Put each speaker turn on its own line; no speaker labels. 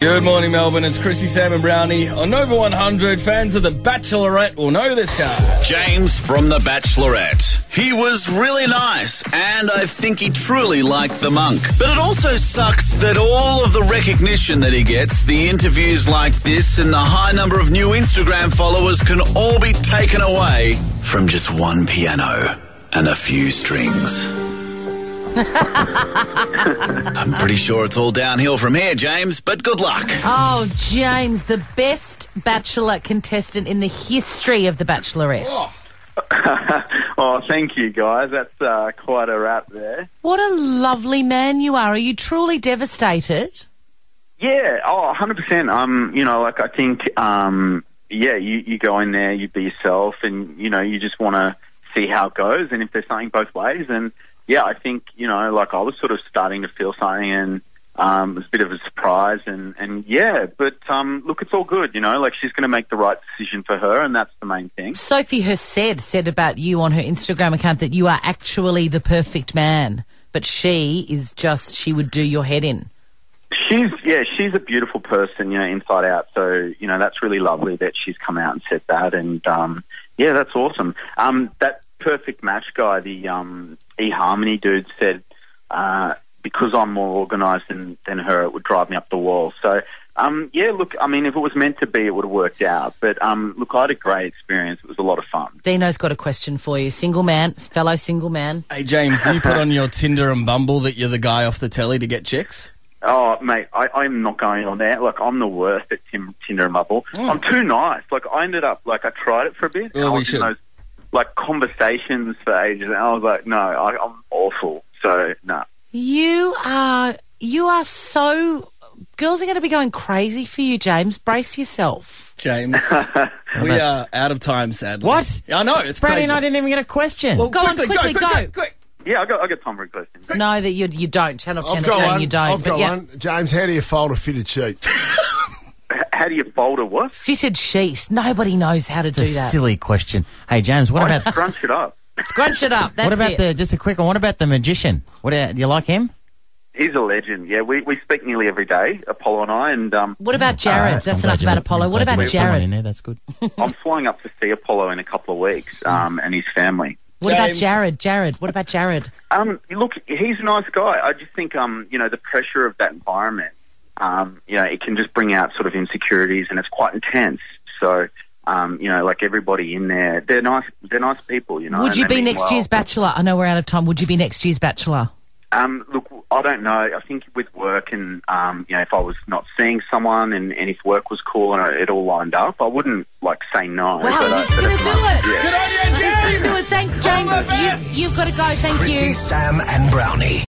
Good morning, Melbourne. It's Chrissy, Sam, and Brownie on Nova 100. Fans of The Bachelorette will know this guy.
James from The Bachelorette. He was really nice, and I think he truly liked the monk. But it also sucks that all of the recognition that he gets, the interviews like this, and the high number of new Instagram followers can all be taken away from just one piano and a few strings. I'm pretty sure it's all downhill from here, James, but good luck.
Oh, James, the best bachelor contestant in the history of The Bachelorette.
oh, thank you, guys. That's uh, quite a wrap there.
What a lovely man you are. Are you truly devastated?
Yeah, oh, 100%. Um, you know, like, I think, um, yeah, you, you go in there, you be yourself, and, you know, you just want to see how it goes. And if there's something both ways, and, yeah, I think, you know, like, I was sort of starting to feel something, and um, it was a bit of a surprise. And, and yeah, but um, look, it's all good, you know, like, she's going to make the right decision for her, and that's the main thing.
Sophie Hersed said about you on her Instagram account that you are actually the perfect man, but she is just, she would do your head in.
She's yeah, she's a beautiful person, you know, inside out. So you know that's really lovely that she's come out and said that, and um, yeah, that's awesome. Um, that perfect match guy, the um, eHarmony dude, said uh, because I'm more organised than than her, it would drive me up the wall. So um, yeah, look, I mean, if it was meant to be, it would have worked out. But um, look, I had a great experience. It was a lot of fun.
Dino's got a question for you. Single man, fellow single man.
Hey, James, do you put on your Tinder and Bumble that you're the guy off the telly to get chicks?
Oh, mate, I, I'm not going on there. Like, I'm the worst at Tim, Tinder and Bumble. I'm too nice. Like, I ended up, like, I tried it for a bit.
Well,
and I
we
was
should.
in those, like, conversations for ages. And I was like, no, I, I'm awful. So, no.
You are you are so girls are going to be going crazy for you, James. Brace yourself.
James, we are out of time, sadly.
What?
I know, it's
Brady
crazy.
and I didn't even get a question.
Well,
Go on, quickly,
quick,
go.
quick, quick.
Yeah, I got, I got time for a question.
No, that you you don't. Channel Ten
I've
is saying
got one.
you don't.
I've
but
got
yeah,
one. James, how do you fold a fitted sheet?
H- How do you fold a what?
fitted sheet. Nobody knows how to
it's a
do that.
silly question. Hey, James, what
I
about
crunch it up.
Scrunch it up. That's
what about
it.
the just a quick one? What about the magician? What do you like him?
He's a legend. Yeah, we, we speak nearly every day, Apollo and I, and um,
What about Jared?
I'm
That's
glad
enough
you
about
met-
Apollo.
I'm
What
glad you
about
met someone
Jared?
In there, that's good.
I'm flying up to see Apollo in a couple of weeks um, and his family.
What about
James.
Jared? Jared. What about Jared?
Um, look, he's a nice guy. I just think, um, you know, the pressure of that environment, um, you know, it can just bring out sort of insecurities, and it's quite intense. So, um, you know, like everybody in there, they're nice. They're nice people.
Oh,
You know.
Would
and
you be
they mean
next
well.
year's bachelor? I know we're out of time. Would you be next year's bachelor?
Um, look, I don't know. I think with work and um, you know, if I was not seeing someone, and, and if work was cool and it all lined up, I wouldn't like say no.
Wow,
but, uh,
he's
but
gonna
it's
do
nice.
it.
Yeah.
Good on you, James.
Thanks, James. You, you've got to go. Thank you.
Chrissy, Sam, and Brownie.